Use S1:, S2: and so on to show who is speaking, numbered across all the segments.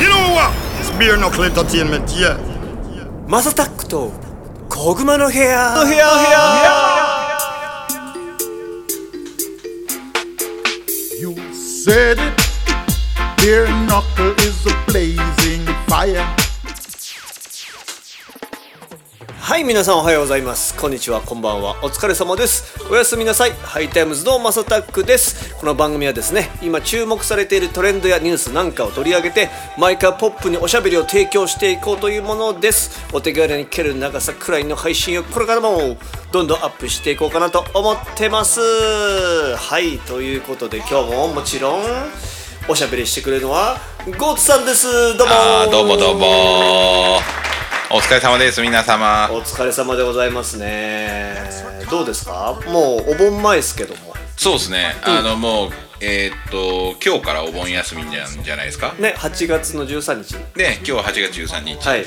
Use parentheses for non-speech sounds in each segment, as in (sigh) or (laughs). S1: You know what? It's beer knuckle entertainment, yeah.
S2: マサタックと小熊の部屋の部屋
S3: You said it. Beer knuckle is a blazing fire.
S2: はい皆さんおはようございますこんにちはこんばんはお疲れ様ですおやすみなさいハイタイムズのマサタックですこの番組はですね今注目されているトレンドやニュースなんかを取り上げて毎回ポップにおしゃべりを提供していこうというものですお手軽に聞ける長さくらいの配信をこれからもどんどんアップしていこうかなと思ってますはいということで今日ももちろんおしゃべりしてくれるのはゴーツさんですどうも
S4: あーどうもどうもお疲れ様です皆様
S2: お疲れ様でございますねどうですかもうお盆前ですけども
S4: そうですね、あのもうえーっと今日からお盆休みなんじゃないですか
S2: ね8月の13日
S4: で今日8月13日
S2: はい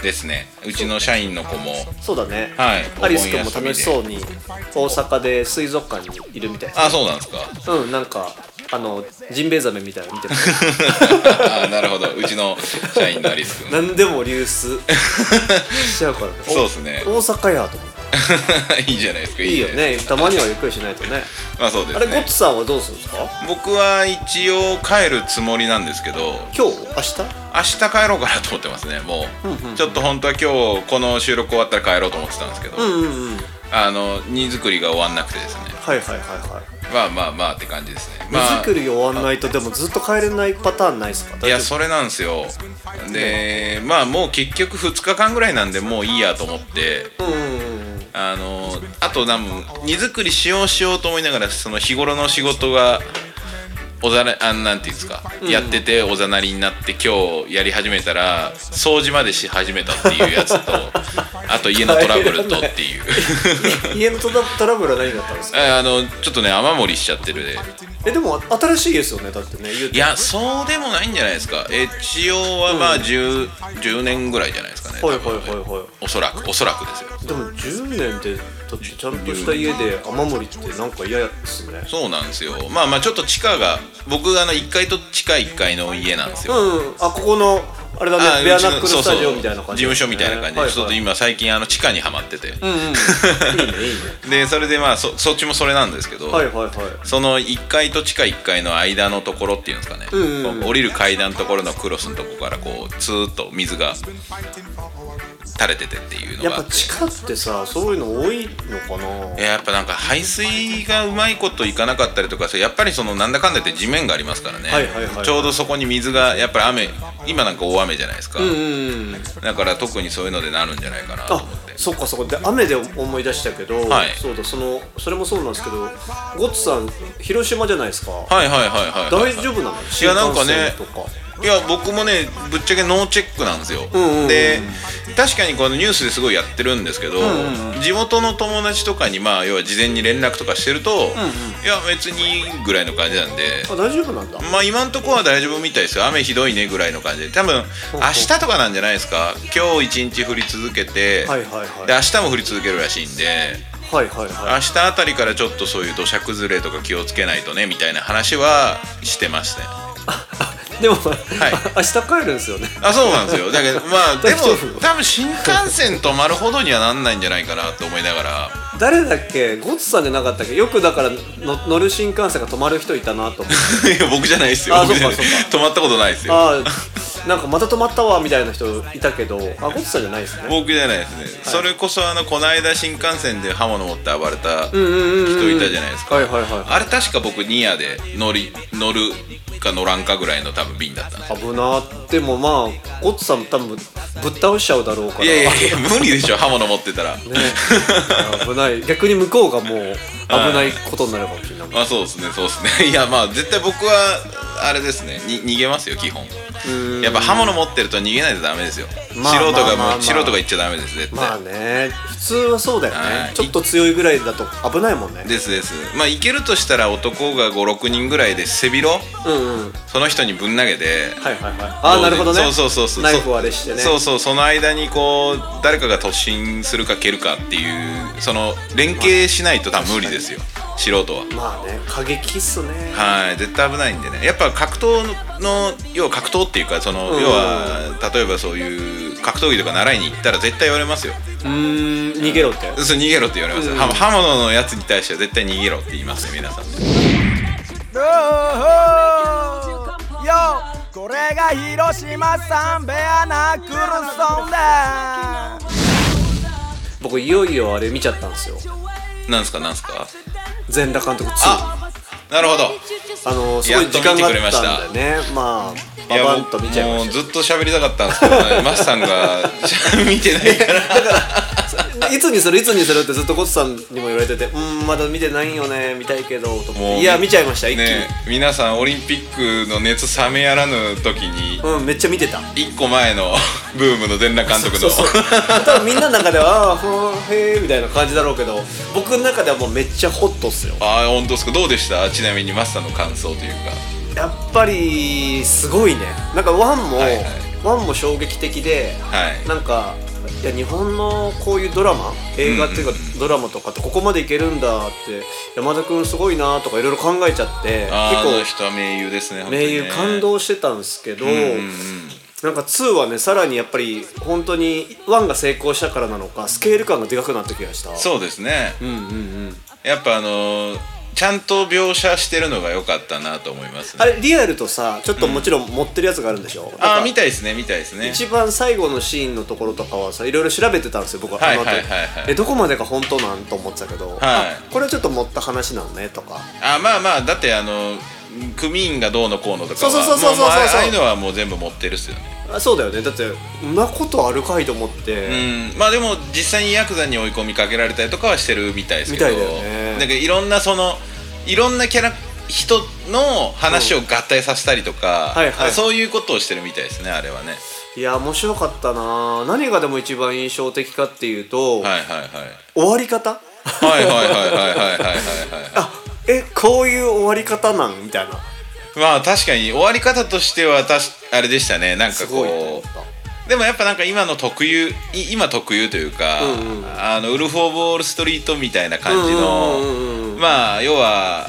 S4: ですね、うちの社員の子も
S2: そうだね、
S4: はい
S2: アリス君も楽しそうに大阪で水族館にいるみたいです
S4: あそうなんです (laughs) か
S2: うんなんかあのジンベエザメみたいなの見てる (laughs)
S4: あなるほどうちの社員のアリス君 (laughs)
S2: 何でも流出しちゃうからねお
S4: そうですね
S2: 大阪やと思って
S4: いいじゃないですか
S2: いいよ
S4: じゃない
S2: ねたまにはゆっくりしないとね
S4: まあそうで
S2: あれ
S4: す
S2: ゴッ
S4: ね
S2: ツさんはどうするんですか
S4: 僕は一応帰るつもりなんですけど
S2: 今日明日
S4: 明日帰ろうかなと思ってますねもう、ちょっと本当は今日この収録終わったら帰ろうと思ってたんですけど、
S2: うんうんうん
S4: あの荷造りが終わんなくてですね
S2: はいはいはいはい
S4: まあまあまあって感じですね、
S2: 荷
S4: まあ、
S2: 造り終わんないとでもずっと帰れないパターンないですか
S4: いや
S2: 大丈
S4: それなんですよでまあもう結局2日間ぐらいなんでもういいやと思って
S2: 夫うんうんうん
S4: あのあとなん荷造りしようしようと思いながらその日頃の仕事がおざなあなんていうんですか、やってておざなりになって今日やり始めたら掃除までし始めたっていうやつ
S2: (laughs)
S4: とあと家のトラブルとっていう (laughs)
S2: 家のトラトラブルは何だったんですか
S4: あのちょっとね雨漏りしちゃってるで
S2: えでもあ新しいですよねだってね言う
S4: い
S2: て
S4: やそうでもないんじゃないですかえ一応はまあ 10,、10年ぐらいじゃないですかね
S2: ほい
S4: 多
S2: ほい
S4: 分
S2: ほいほい
S4: おそらくおそらくですよ
S2: でも10年でだってちゃんとした家で雨漏りってなんか嫌ですね
S4: そうなんですよまあまあちょっと地下が僕があの1階と地下1階の家なんです
S2: う
S4: よ、
S2: んうんあここのあれだ
S4: あ
S2: ねベア
S4: うちの
S2: ナックルスタジオみたいな感じ
S4: そうそう事務所みたいな感じで、
S2: はいはい
S4: ちょっと今最近あの地下にはまってて、
S2: うんうんいいねいいね
S4: でそれでまあそそっちもそれなんですけど、
S2: はいはいはい
S4: その1階と地下1階の間のところっていうんですかね、
S2: んうんうん
S4: こう降りる階段のところのクロスのとこからこうツーッと水が垂れててっていうの
S2: やっ
S4: があ
S2: ぱ
S4: って
S2: 地下ってさそういうの多いのか
S4: い
S2: な
S4: ややっぱなんか排水がうまいこといかなかったりとかしてやっぱりそのなんだかんだ言って地面がありますからね、
S2: はいはいはい
S4: ちょうどそこに水がやっぱり雨今なんか大雨じゃないですか、
S2: うんうんうん
S4: だから特にそういうのでなるんじゃないかなと
S2: あ
S4: 思って
S2: そっかそっかで雨で思い出したけど、
S4: はい
S2: そうだそのそれもそうなんですけどゴッツさん広島じゃないですか、
S4: はいはいはいはいはい
S2: 大丈夫なの
S4: いやなんかね
S2: 新幹線とか
S4: いや僕もねぶっちゃけノーチェックなんですよ、
S2: んうんうん
S4: で確かにこのニュースですごいやってるんですけど、地元の友達とかにまあ要は事前に連絡とかしてると、いや別にぐらいの感じなんで
S2: あ大丈夫なんだ
S4: まあ今んとこは大丈夫みたいですよ雨ひどいねぐらいの感じで多分明日とかなんじゃないですか今日一日降り続けて、
S2: はいはいはい
S4: で明日も降り続けるらしいんで
S2: はいはい
S4: 明
S2: はい
S4: 日あたりからちょっとそういう土砂崩れとか気をつけないとねみたいな話はしてましたね
S2: でも、
S4: い
S2: (laughs) 明日帰るんですよね
S4: あそうな
S2: (laughs)
S4: んですよだけどまあで
S2: 大丈夫
S4: も多分新幹線止まるほどにはなんないんじゃないかなと思いながら (laughs)
S2: 誰だっけゴッツさんじゃなかったっけよくだからの乗る新幹線が止まる人いたなと思って
S4: (laughs) いや僕じゃないですよ
S2: あ
S4: 僕じゃ
S2: そうかそう
S4: 止まったことないですよ
S2: ああなんかまた止まったわみたいな人いたけどあゴッツさんじゃないですね
S4: 僕じゃないですね、それこそあのこの間新幹線で刃物持って暴れた人いたじゃないですか
S2: はいはいは
S4: あれ確か僕ニアで乗り乗るか乗らんかぐらいの多分便だったんです
S2: い危なでもまあゴッツさん多分ぶっ倒しちゃうだろうから
S4: いやいやいや無理でしょ刃物持ってたら、
S2: ね、危ない逆に向こうがもう危ないことになるかもしれない、
S4: (laughs) まあそうですねそうですね (laughs) いやまあ絶対僕はあれですねに逃げますよ基本
S2: ん
S4: やっぱ刃物持ってると逃げないとダメですよ、
S2: まあ
S4: 素人
S2: まあ
S4: が
S2: まあま
S4: も
S2: あ
S4: う素人が言っちゃダメです絶対、
S2: まあね普通はそうだよね、
S4: はい
S2: ちょっと強いぐらいだと危ないもんね
S4: ですですまあいけるとしたら男が56人ぐらいで背広
S2: うんうん
S4: その人にぶん投げて
S2: はいはいはいああなるほどね
S4: そうそうそうそう
S2: ナイフをあれしてね
S4: そうそうその間にこう誰かが突進するか蹴るかっていうその連携しないと多分無理ですよ素人は
S2: まあね過激っすね
S4: はい絶対危ないんでねやっぱ格闘の要は格闘っていうかその、
S2: うん
S4: 要は例えばそういう格闘技とか習いに行ったら絶対言われますよ
S2: うーん逃げろって
S4: それ逃げろって言われますよ、
S2: うん
S4: は刃物のやつに対しては絶対逃げろって言いますね皆さん
S5: よこれが広島サンベアナクルソンだ
S2: 僕いよいよあれ見ちゃったんですよ
S4: なんすかなんすか
S2: 全裸監督2あ
S4: あなるほど
S2: のすごい時間があったんでねまあババンと見ちゃいま
S4: もう
S2: し
S4: ずっと喋りたかったんですけど、ね、マスさんが (laughs) 見てないから
S2: たいつにするいつにするってずっとコツさんにも言われててうーんまだ見てないよね見たいけどと思っていや見ちゃいました一気に、
S4: ね皆さんオリンピックの熱冷めやらぬ時に
S2: うんめっちゃ見てた
S4: 一個前の (laughs) ブームの全裸監督
S2: そう
S4: の
S2: そう多分みんなの中ではああほーへえみたいな感じだろうけど僕の中ではもうめっちゃホットっすよ
S4: ああ本当ですかどうでしたちなみにマスさんの感想というか
S2: やっぱりすごいねなんかワンも、
S4: はいはい
S2: ワンも衝撃的で、
S4: はい
S2: なんかいや日本のこういうドラマ映画っていうか、ドラマとかってここまでいけるんだって山田君すごいなとかいろいろ考えちゃって
S4: あーあの
S2: 結
S4: 人は名優ですね
S2: 構
S4: 本当に
S2: 名
S4: ね
S2: 優感動してたんですけど、
S4: うんうんうん
S2: なんか2はねさらにやっぱり本当に1が成功したからなのかスケール感がでかくなった気がした
S4: そうですね
S2: うんうんうん
S4: やっぱあのーちゃんと描写してるのが良かったなと思いますね
S2: あれリアルとさちょっともちろん持ってるやつがあるんでしょ、
S4: ああ
S2: み
S4: 見たいですね見たいですね
S2: 一番最後のシーンのところとかはさいろいろ調べてたんですよ僕は
S4: はい
S2: あの後
S4: はいはいはい
S2: えどこまでが本当なんと思ってたけど、あこれはちょっと持った話なのねとか
S4: あまあまあだってあの組員がどうのこうのとかは
S2: そうそうそうそうそうそう
S4: ももあああいうのはもう全部持ってるっすよね
S2: あそうだよねだってんなことあるかいと思って、
S4: うんまあでも実際にヤクザに追い込みかけられたりとかはしてるみたいですけど
S2: みたいだよね
S4: なんかいろんなそのいろんなキャラ人の話を合体させたりとか、
S2: はいはい
S4: そういうことをしてるみたいですねあれはね
S2: いや面白かったな何がでも一番印象的かっていうと、
S4: はいはいはい
S2: 終わり方
S4: はいはいはいはいはいはいはいはい
S2: (laughs) あえこういう終わり方なんみたいな
S4: まあ確かに終わり方としてはたしあれでしたねなんか
S2: すごいと思
S4: こ
S2: っ
S4: う
S2: た
S4: でもやっぱなんか今の特有い今特有というか、
S2: うんうん
S4: あのウルフ・オブ・ウォール・ストリートみたいな感じ
S2: うんうん
S4: の
S2: うんうん
S4: まあ要は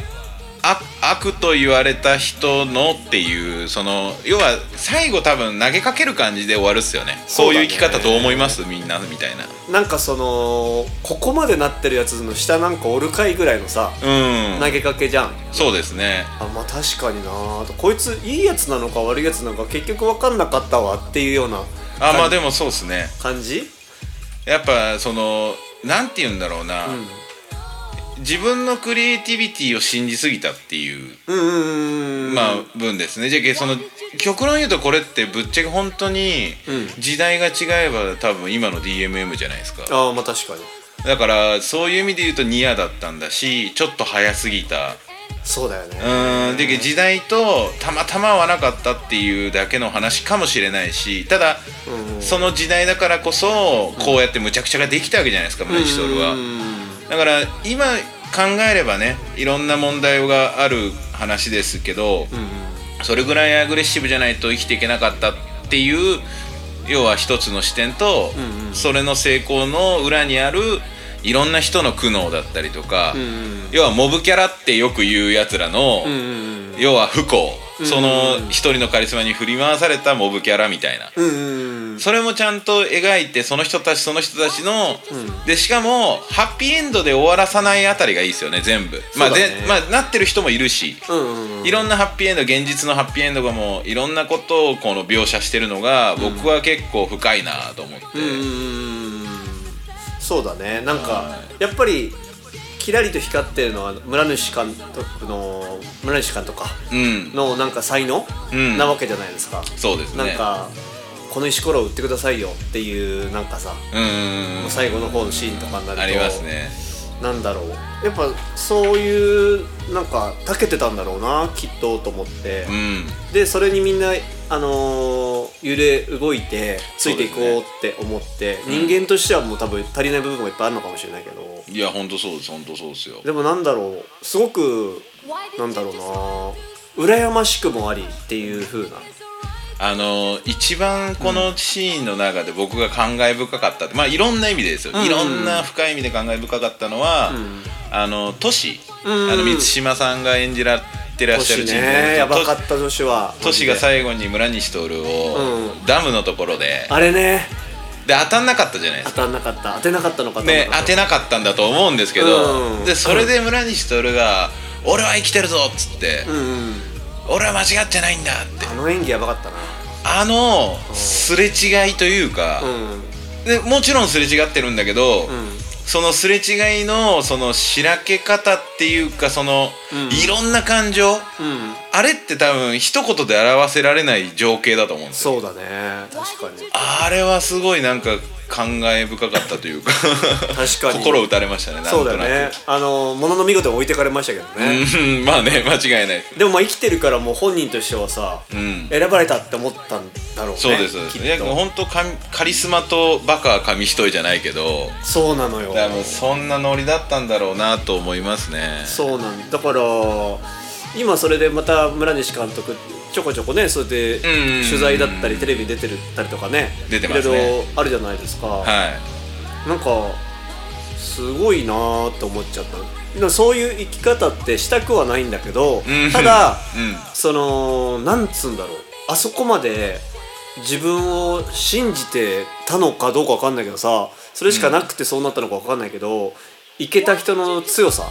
S4: 悪悪と言われた人のっていうその要は最後多分投げかける感じで終わるっすよね
S2: そ
S4: そうう
S2: だね
S4: いう生き方どう思いますみんなみたいな
S2: なんかそのここまでなってるやつの下なんかおるかいぐらいのさ、
S4: うん
S2: 投げかけじゃん
S4: そうですね
S2: あまあ確かになあとこいついいやつなのか悪いやつなのか結局分かんなかったわっていうような
S4: あまあでもそうですね
S2: 感じ
S4: やっぱそのなんて言うんだろうな、自分のクリエイティビティを信じすぎたっていう
S2: うんうんうんうん
S4: まあ分ですねじゃけその極論言うとこれってぶっちゃけ本当に
S2: うん
S4: 時代が違えば多分今の DMM じゃないですか
S2: ああまあ確かに
S4: だからそういう意味で言うとニアだったんだしちょっと早すぎた
S2: そうだよね
S4: うーんで時代とたまたま合わなかったっていうだけの話かもしれないしただ
S2: うん
S4: その時代だからこそこうやってむちゃくちゃができたわけじゃないですか村西徹は
S2: うんうんうん
S4: だから今考えればねいろんな問題がある話ですけど、それぐらいアグレッシブじゃないと生きていけなかったっていう要は一つの視点と、
S2: うんうん
S4: それの成功の裏にあるいろんな人の苦悩だったりとか、
S2: うんうん
S4: 要はモブキャラってよく言うやつらの、
S2: うんうん
S4: 要は不幸その
S2: うんうん
S4: 一人のカリスマに振り回されたモブキャラみたいな。
S2: うんうんうん
S4: それもちゃんと描いてその人たちその人たちの、
S2: ん
S4: でしかもハッピーエンドで終わらさないあたりがいいですよね全部、まあ
S2: そうだ
S4: で
S2: ね
S4: まあなってる人もいるし、
S2: うんうん
S4: いろんなハッピーエンド現実のハッピーエンドがもういろんなことをこの描写してるのが僕は結構深いなと思って、
S2: うんうんうんそうだねなんかやっぱりキラリと光ってるのは村主監督の村西監督か
S4: うん
S2: のなんか才能、
S4: うん
S2: なわけじゃないですか
S4: そうですね
S2: なんか、この石ころを売ってくださいよっていうなんかさ、
S4: うんうんうん
S2: 最後の方のシーンとかになると
S4: ありますね
S2: なんだろうやっぱそういうなんか長けてたんだろうなきっとと思って
S4: う、ん
S2: でそれにみんなあのー揺れ動いてついていこうって思って、人間としてはもう多分足りない部分がいっぱいあるのかもしれないけど
S4: いや本当そうです本当そうですよ
S2: でもなんだろうすごくなんだろうな羨ましくもありっていう風な
S4: あの一番このシーンの中で僕が感慨深かったってまあいろんな意味でですよ、
S2: んうん
S4: いろんな深い意味で感慨深かったのは、
S2: ん
S4: あの都市、あの満島さんが演じられてらっしゃる
S2: 年
S4: 人なんで
S2: ねやばかった女子は
S4: トシが最後に村西徹を
S2: う
S4: ダムのところで、
S2: あれね
S4: で当たんなかったじゃないで
S2: 当
S4: すか。
S2: たんなかった当てなかったのか
S4: ね当てなかったんだと思うんですけ
S2: う
S4: ど、
S2: ん
S4: でそれで村西徹が「俺は生きてるぞ」っつって
S2: うんうん
S4: 「俺は間違ってないんだ」って
S2: あの演技やばかったな
S4: あのすれ違いというか、
S2: うん
S4: でもちろんすれ違ってるんだけど、
S2: ん
S4: そのすれ違いのそのしらけ方っていうかその、
S2: うん
S4: いろんな感情、
S2: うん
S4: あれって多分一言で表せられない情景だと思うんです
S2: そうだね確かに
S4: あれはすごいなんか感慨深かったというか
S2: 確かに
S4: 心打たれましたねなん
S2: そ
S4: と
S2: うだ
S4: な
S2: よ
S4: く
S2: ねあのものの見事に置いてかれましたけどね、
S4: うんまあね間違いないです
S2: でもまあ生きてるからもう本人としてはさ、
S4: ん
S2: 選ばれたって思ったんだろうね
S4: そうですそうです
S2: きっ
S4: いや
S2: と
S4: 本当カカリスマとバカは紙一重じゃないけど
S2: そうなのよ
S4: 多分そんなノリだったんだろうなと思いますね
S2: そうなんだから今それでまた村西監督ちょこちょこねそれで
S4: うん
S2: 取材だったりテレビに出てるったりとかね
S4: 出てますね
S2: いろいろあるじゃないですか、
S4: はい
S2: なんかすごいなーって思っちゃったでもそういう生き方ってしたくはないんだけど、
S4: うん
S2: ただ、
S4: うん
S2: そのなんつうんだろうあそこまで自分を信じてたのかどうかわかんないけどさそれしかなくてそうなったのかわかんないけど、いけた人の強さ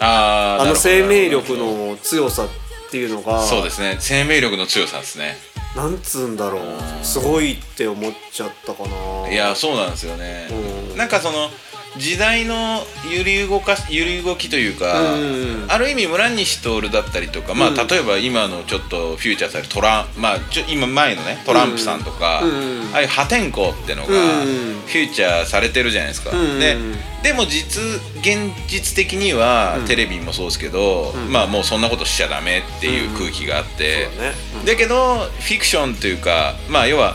S4: あー
S2: あ
S4: な
S2: の
S4: るほど
S2: 生命力
S4: なるほ
S2: の強さっていうのが
S4: どそうですね生命力の強さですね
S2: なんつうんだろうすごいって思っちゃったかない
S4: いやそうなんですよね
S2: うん
S4: なんかその時代の揺り動かし揺り動きというか
S2: うん
S4: ある意味村西徹だったりとかまあ
S2: うん
S4: 例えば今のちょっとフューチャーされるトランまあちょ今前のねトランプさんとか
S2: うん
S4: ああいう破天荒ってのがフ
S2: うん
S4: ューチャーされてるじゃないですか
S2: うん
S4: ででも実現実的には
S2: うん
S4: テレビもそうですけどまあもうそんなことしちゃダメっていう空気があって
S2: そうだねうん
S4: だけどフィクションというかまあ要は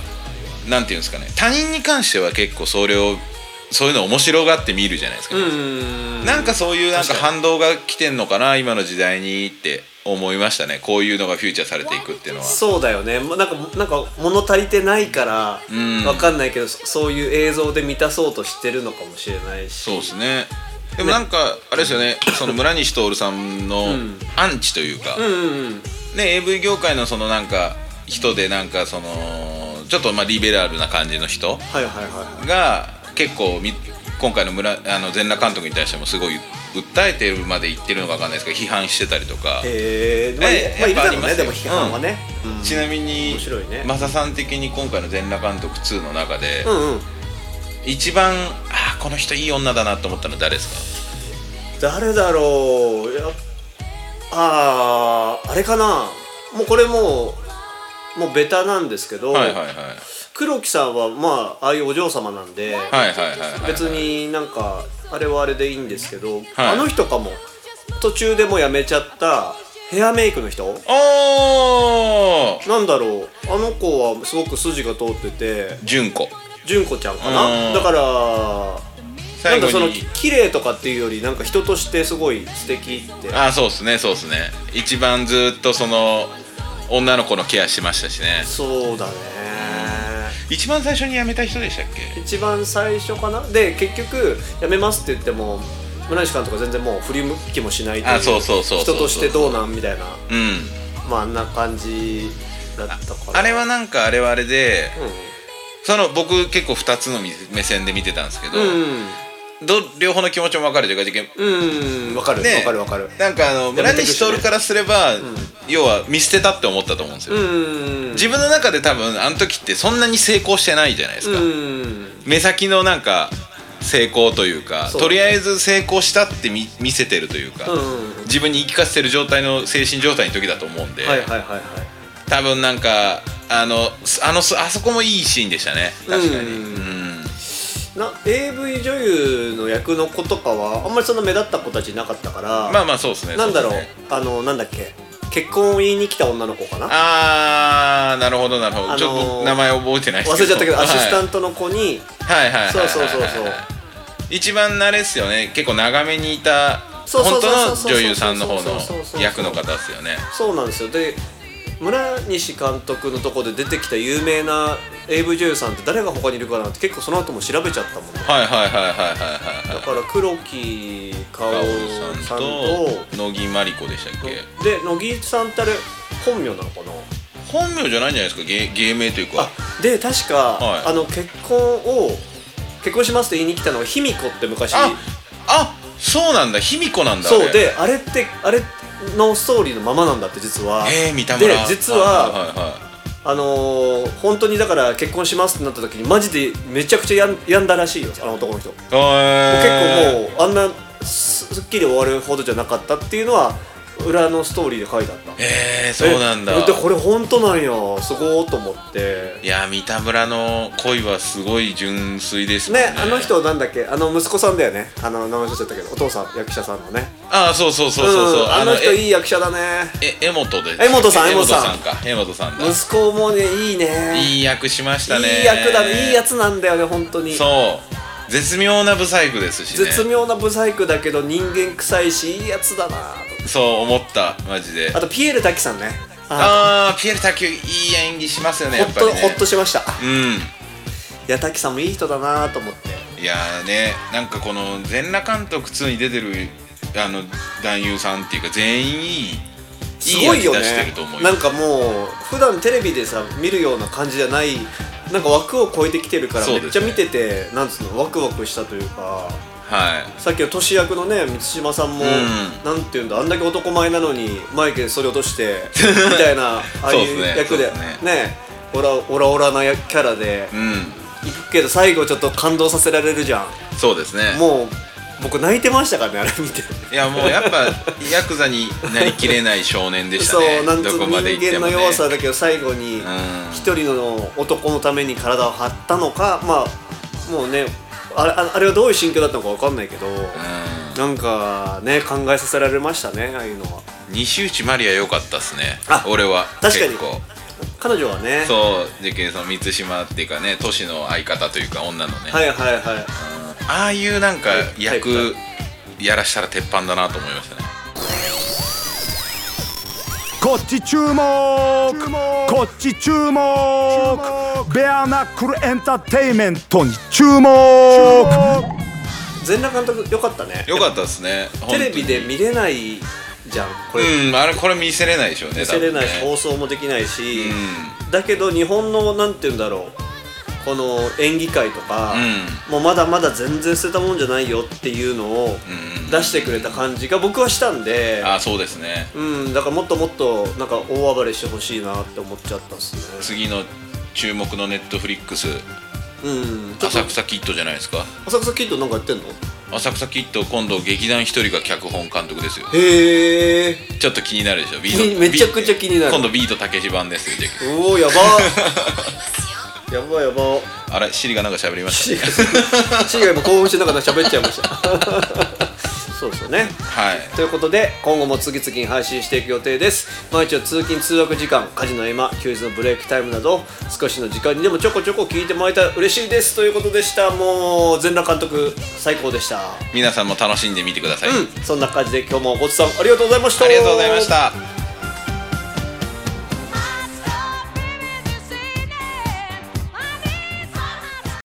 S4: なんていうんですかね他人に関しては結構それをそういうの面白がって見るじゃないですか、
S2: うん
S4: なんかそういうなんか
S2: 確か
S4: 反動が来てんのかな今の時代にって思いましたねこういうのがフューチャーされていくっていうのは
S2: そうだよねもうなんかなんか物足りてないから
S4: うん
S2: わかんないけどそそういう映像で満たそうとしてるのかもしれないし
S4: そうですねでもなんかあれですよねその村西徹さんの
S2: うん
S4: アンチというか、
S2: うんうんうん
S4: ね AV 業界のそのなんか人でなんかそのちょっとまあリベラルな感じの人
S2: はいはいはいは
S4: が結構み今回の村あの全裸監督に対してもすごい訴えてるまで言ってるのか分かんないですけど批判してたりとか
S2: いへえまあ、
S4: ええ
S2: まあ、いる
S4: やっぱ
S2: だ
S4: あ
S2: ろ
S4: り
S2: う
S4: ま
S2: ね
S4: す
S2: で
S4: よ
S2: も批判はね、うん
S4: ちなみに
S2: 面白いね
S4: マサさん的に今回の全裸監督2の中で、
S2: うんうん
S4: 一番あーこの人いい女だなと思ったの誰です
S2: 誰だろうやあーあれかなもうこれもうもうベタなんですけど、
S4: かはいはいはい
S2: 黒木さんはまあああいうお嬢様なんで、
S4: はいはいはいはい
S2: 別になんかあれはあれでいいんですけど、
S4: はい
S2: あの人かも途中でもうやめちゃったヘアメイクの人
S4: おー
S2: なんだろうあの子はすごく筋が通ってて
S4: 純子
S2: 純子ちゃんかな
S4: うん
S2: だからな
S4: 最
S2: んか
S4: 後
S2: その
S4: に
S2: き綺麗とかっていうよりなんか人としてすごい素敵って
S4: ああそうっすねそうっすね一番ずーっとその女の子のケアしてましたしね
S2: そうだね
S4: 一番最初に辞めた人でしたっけ
S2: 一番最初かなで結局やめますって言っても村西監督は全然もう振り向きもしないとい
S4: あそうそうそうそうそう
S2: 人としてどうなんみたいな
S4: うん
S2: まああんな感じだったから
S4: あれはなんかあれはあれで
S2: う
S4: その僕結構2つの目線で見てたんですけど、
S2: んうん
S4: ど両方の気持ちも分かるというか
S2: うんうんわかるわ、
S4: ね
S2: かるわかる
S4: なんかあの
S2: やめ
S4: 村
S2: てくし
S4: 西
S2: ね
S4: 徹からすれば、要は見捨てたって思ったと思うんですよ、
S2: うんうん
S4: 自分の中で多分あの時ってそんなに成功してないじゃないですか、
S2: うん
S4: 目先のなんか成功というか
S2: そう
S4: とりあえず成功したって見見せてるというか、
S2: うん
S4: 自分に言い聞かせてる状態の精神状態の時だと思うんで、
S2: はいはいはいはい
S4: 多分なんかあのあのあそこもいいシーンでしたね確かに
S2: う
S4: うん
S2: んな AV 女優の役の子とかはあんまりそんな目立った子たちいなかったから
S4: まあまあそうですね
S2: なんだろう
S4: そですね
S2: あのなんだっけ結婚を言いに来た女の子かな
S4: あーなるほどなるほど、
S2: あのー
S4: ちょっと名前覚えてないです
S2: 忘れちゃったけど、アシスタ
S4: ン
S2: ントの子に
S4: トはいはいはいはい
S2: そうそうそうそう
S4: 一番あれですよね結構長めにいた
S2: そうそう
S4: 本
S2: そうそう
S4: 当の女優さんの方
S2: そうそうそうそうそう
S4: の役の方ですよね
S2: そうなんですよで村西監督のとこで出てきた有名な AV 女優さんって誰が他にいるかなって結構その後も調べちゃったもんね
S4: はいはいはいはいはい
S2: だ
S4: はい
S2: から黒木かお
S4: カ
S2: る
S4: オ
S2: さん
S4: さん
S2: と
S4: と乃木真理子でしたっけ
S2: で乃木さんってあれ本名なのかな
S4: 本名じゃないんじゃないですか芸芸名というか
S2: あで確か、
S4: はい
S2: あの結婚を結婚しますと言いに来たのが卑弥呼って昔
S4: ああそうなんだ卑弥呼なんだあ
S2: そう
S4: れ
S2: であれってあれのストーリーのままなんだって実は
S4: えー、三田村
S2: で実は、
S4: いいはい
S2: あのー本当にだから結婚しますってなった時にマジでめちゃくちゃやんやんだらしいよあの男の人、
S4: へー
S2: 結構もうあんなすすっきり終わるほどじゃなかったっていうのは裏のストーリーで書いてあった
S4: えー、そうなんだ
S2: えでこれ本当なんやすごーと思って
S4: いや三田村の恋はすごい純粋ですもん
S2: ねあの人なんだっけあの息子さんだよねあの名前忘れちゃったけどお父さん役者さんのね
S4: ああそうそうそうそうそう、
S2: んあの人
S4: え
S2: いい役者だね
S4: え江本で
S2: 江本さん
S4: 江本さ
S2: 江
S4: んか江本さんだ
S2: 息子もねいいね
S4: いい役しましたね
S2: いい役だねいいやつなんだよね本当に
S4: そう絶妙なブサイクですしね
S2: 絶妙なブサイクだけど人間臭いしいいやつだな
S4: そう思ったマジで
S2: あとピエール滝さんねあ
S4: ああーピエール卓球いい演技しますよね
S2: ほ
S4: やっ
S2: っ
S4: ぱり
S2: と、
S4: ね
S2: ほっとしました
S4: うん
S2: いや滝さんもいい人だなと思って
S4: いやーねなんかこの全裸監督2に出てるあの男優さんっていうか全員いい
S2: すごいよね
S4: いい役出してると思うよ
S2: なんかもう普段テレビでさ見るような感じじゃないなんか枠を超えてきてるから
S4: そう
S2: め
S4: ですね
S2: っちゃ見てて、なんつうのワクワクしたというか
S4: はい
S2: さっきの都市役のね満島さんも、
S4: うん
S2: なんていうんだあんだけ男前なのにマイケルそれ落としてみたいなああ
S4: (laughs) そうっ
S2: い
S4: す
S2: う
S4: ね
S2: 役で
S4: そうっす
S2: ねオラオラオラなやキャラで
S4: うん
S2: 行くけど最後ちょっと感動させられるじゃん
S4: そうですね
S2: もう僕泣いてましたからねあれ見て
S4: いやもうやっぱヤクザになりきれない少年でしたね
S2: そうなんつう
S4: ど
S2: の
S4: こまで行っ
S2: 人
S4: て
S2: 間
S4: も、
S2: の
S4: ね、
S2: 弱さだけど最後に
S4: ん
S2: 一人の男のために体を張ったのかまあもうねあれああれはどういう心境だったのかわかんないけど、
S4: う
S2: なんかね考えさせられましたねああいうのは
S4: ん西内まりは良かったっすね
S2: あ
S4: 俺は
S2: 確かに
S4: 結構
S2: 彼女はね
S4: そうでけその満島っていうかね都市の相方というか女のね、
S2: はいはいはい
S4: ああいうなんか
S2: い
S4: 役やらしたら鉄板だなと思いましたね
S6: こっち注目こっち注目ベアナックルエンターテイメントに注目
S2: 全裸監督よかったね
S4: 良かったですね
S2: テレビで
S4: 本
S2: 見れないじゃんこ
S4: 当
S2: れ、
S4: にうんあれこれ見せれないでしょうね
S2: 見せれないし、
S4: 多分ね
S2: 放送もできないし、だけど日本のなんて言うんだろうこの演技界とか、
S4: う
S2: もうまだまだ全然捨てたもんじゃないよっていうのを
S4: ん
S2: 出してくれた感じが僕はしたんで、
S4: うんあそうですね
S2: うん、だからもっともっとなんか大暴れしてほしいなって思っちゃったっすね。
S4: 次の注目のネットフリックス
S2: うん、ちょっと
S4: 浅草キッドじゃないですか
S2: 浅草キッドなんかやってんの
S4: 浅草キッド今度劇団一人が脚本監督ですよ
S2: へえ
S4: ちょっと気になるでしょビ
S2: 気にめちゃくちゃ気になる
S4: 今度ビートたけし版ですよじゃ
S2: うおやばやばやば
S4: ああれシリがなんか喋りま
S2: シ
S4: し
S2: ーが今興奮してなかった喋っちゃいました (laughs) そうですよね
S4: たはい
S2: ということで今後も次々に配信していく予定です毎日の通勤通学時間家事の合間休日のブレイクタイムなど少しの時間にでもちょこちょこ聞いてもらえたら嬉しいですということでしたもう全裸監督最高でした
S4: 皆さんも楽しんでみてください、
S2: うんそんな感じで今日もごちそうさんありがとうございました
S4: ありがとうございました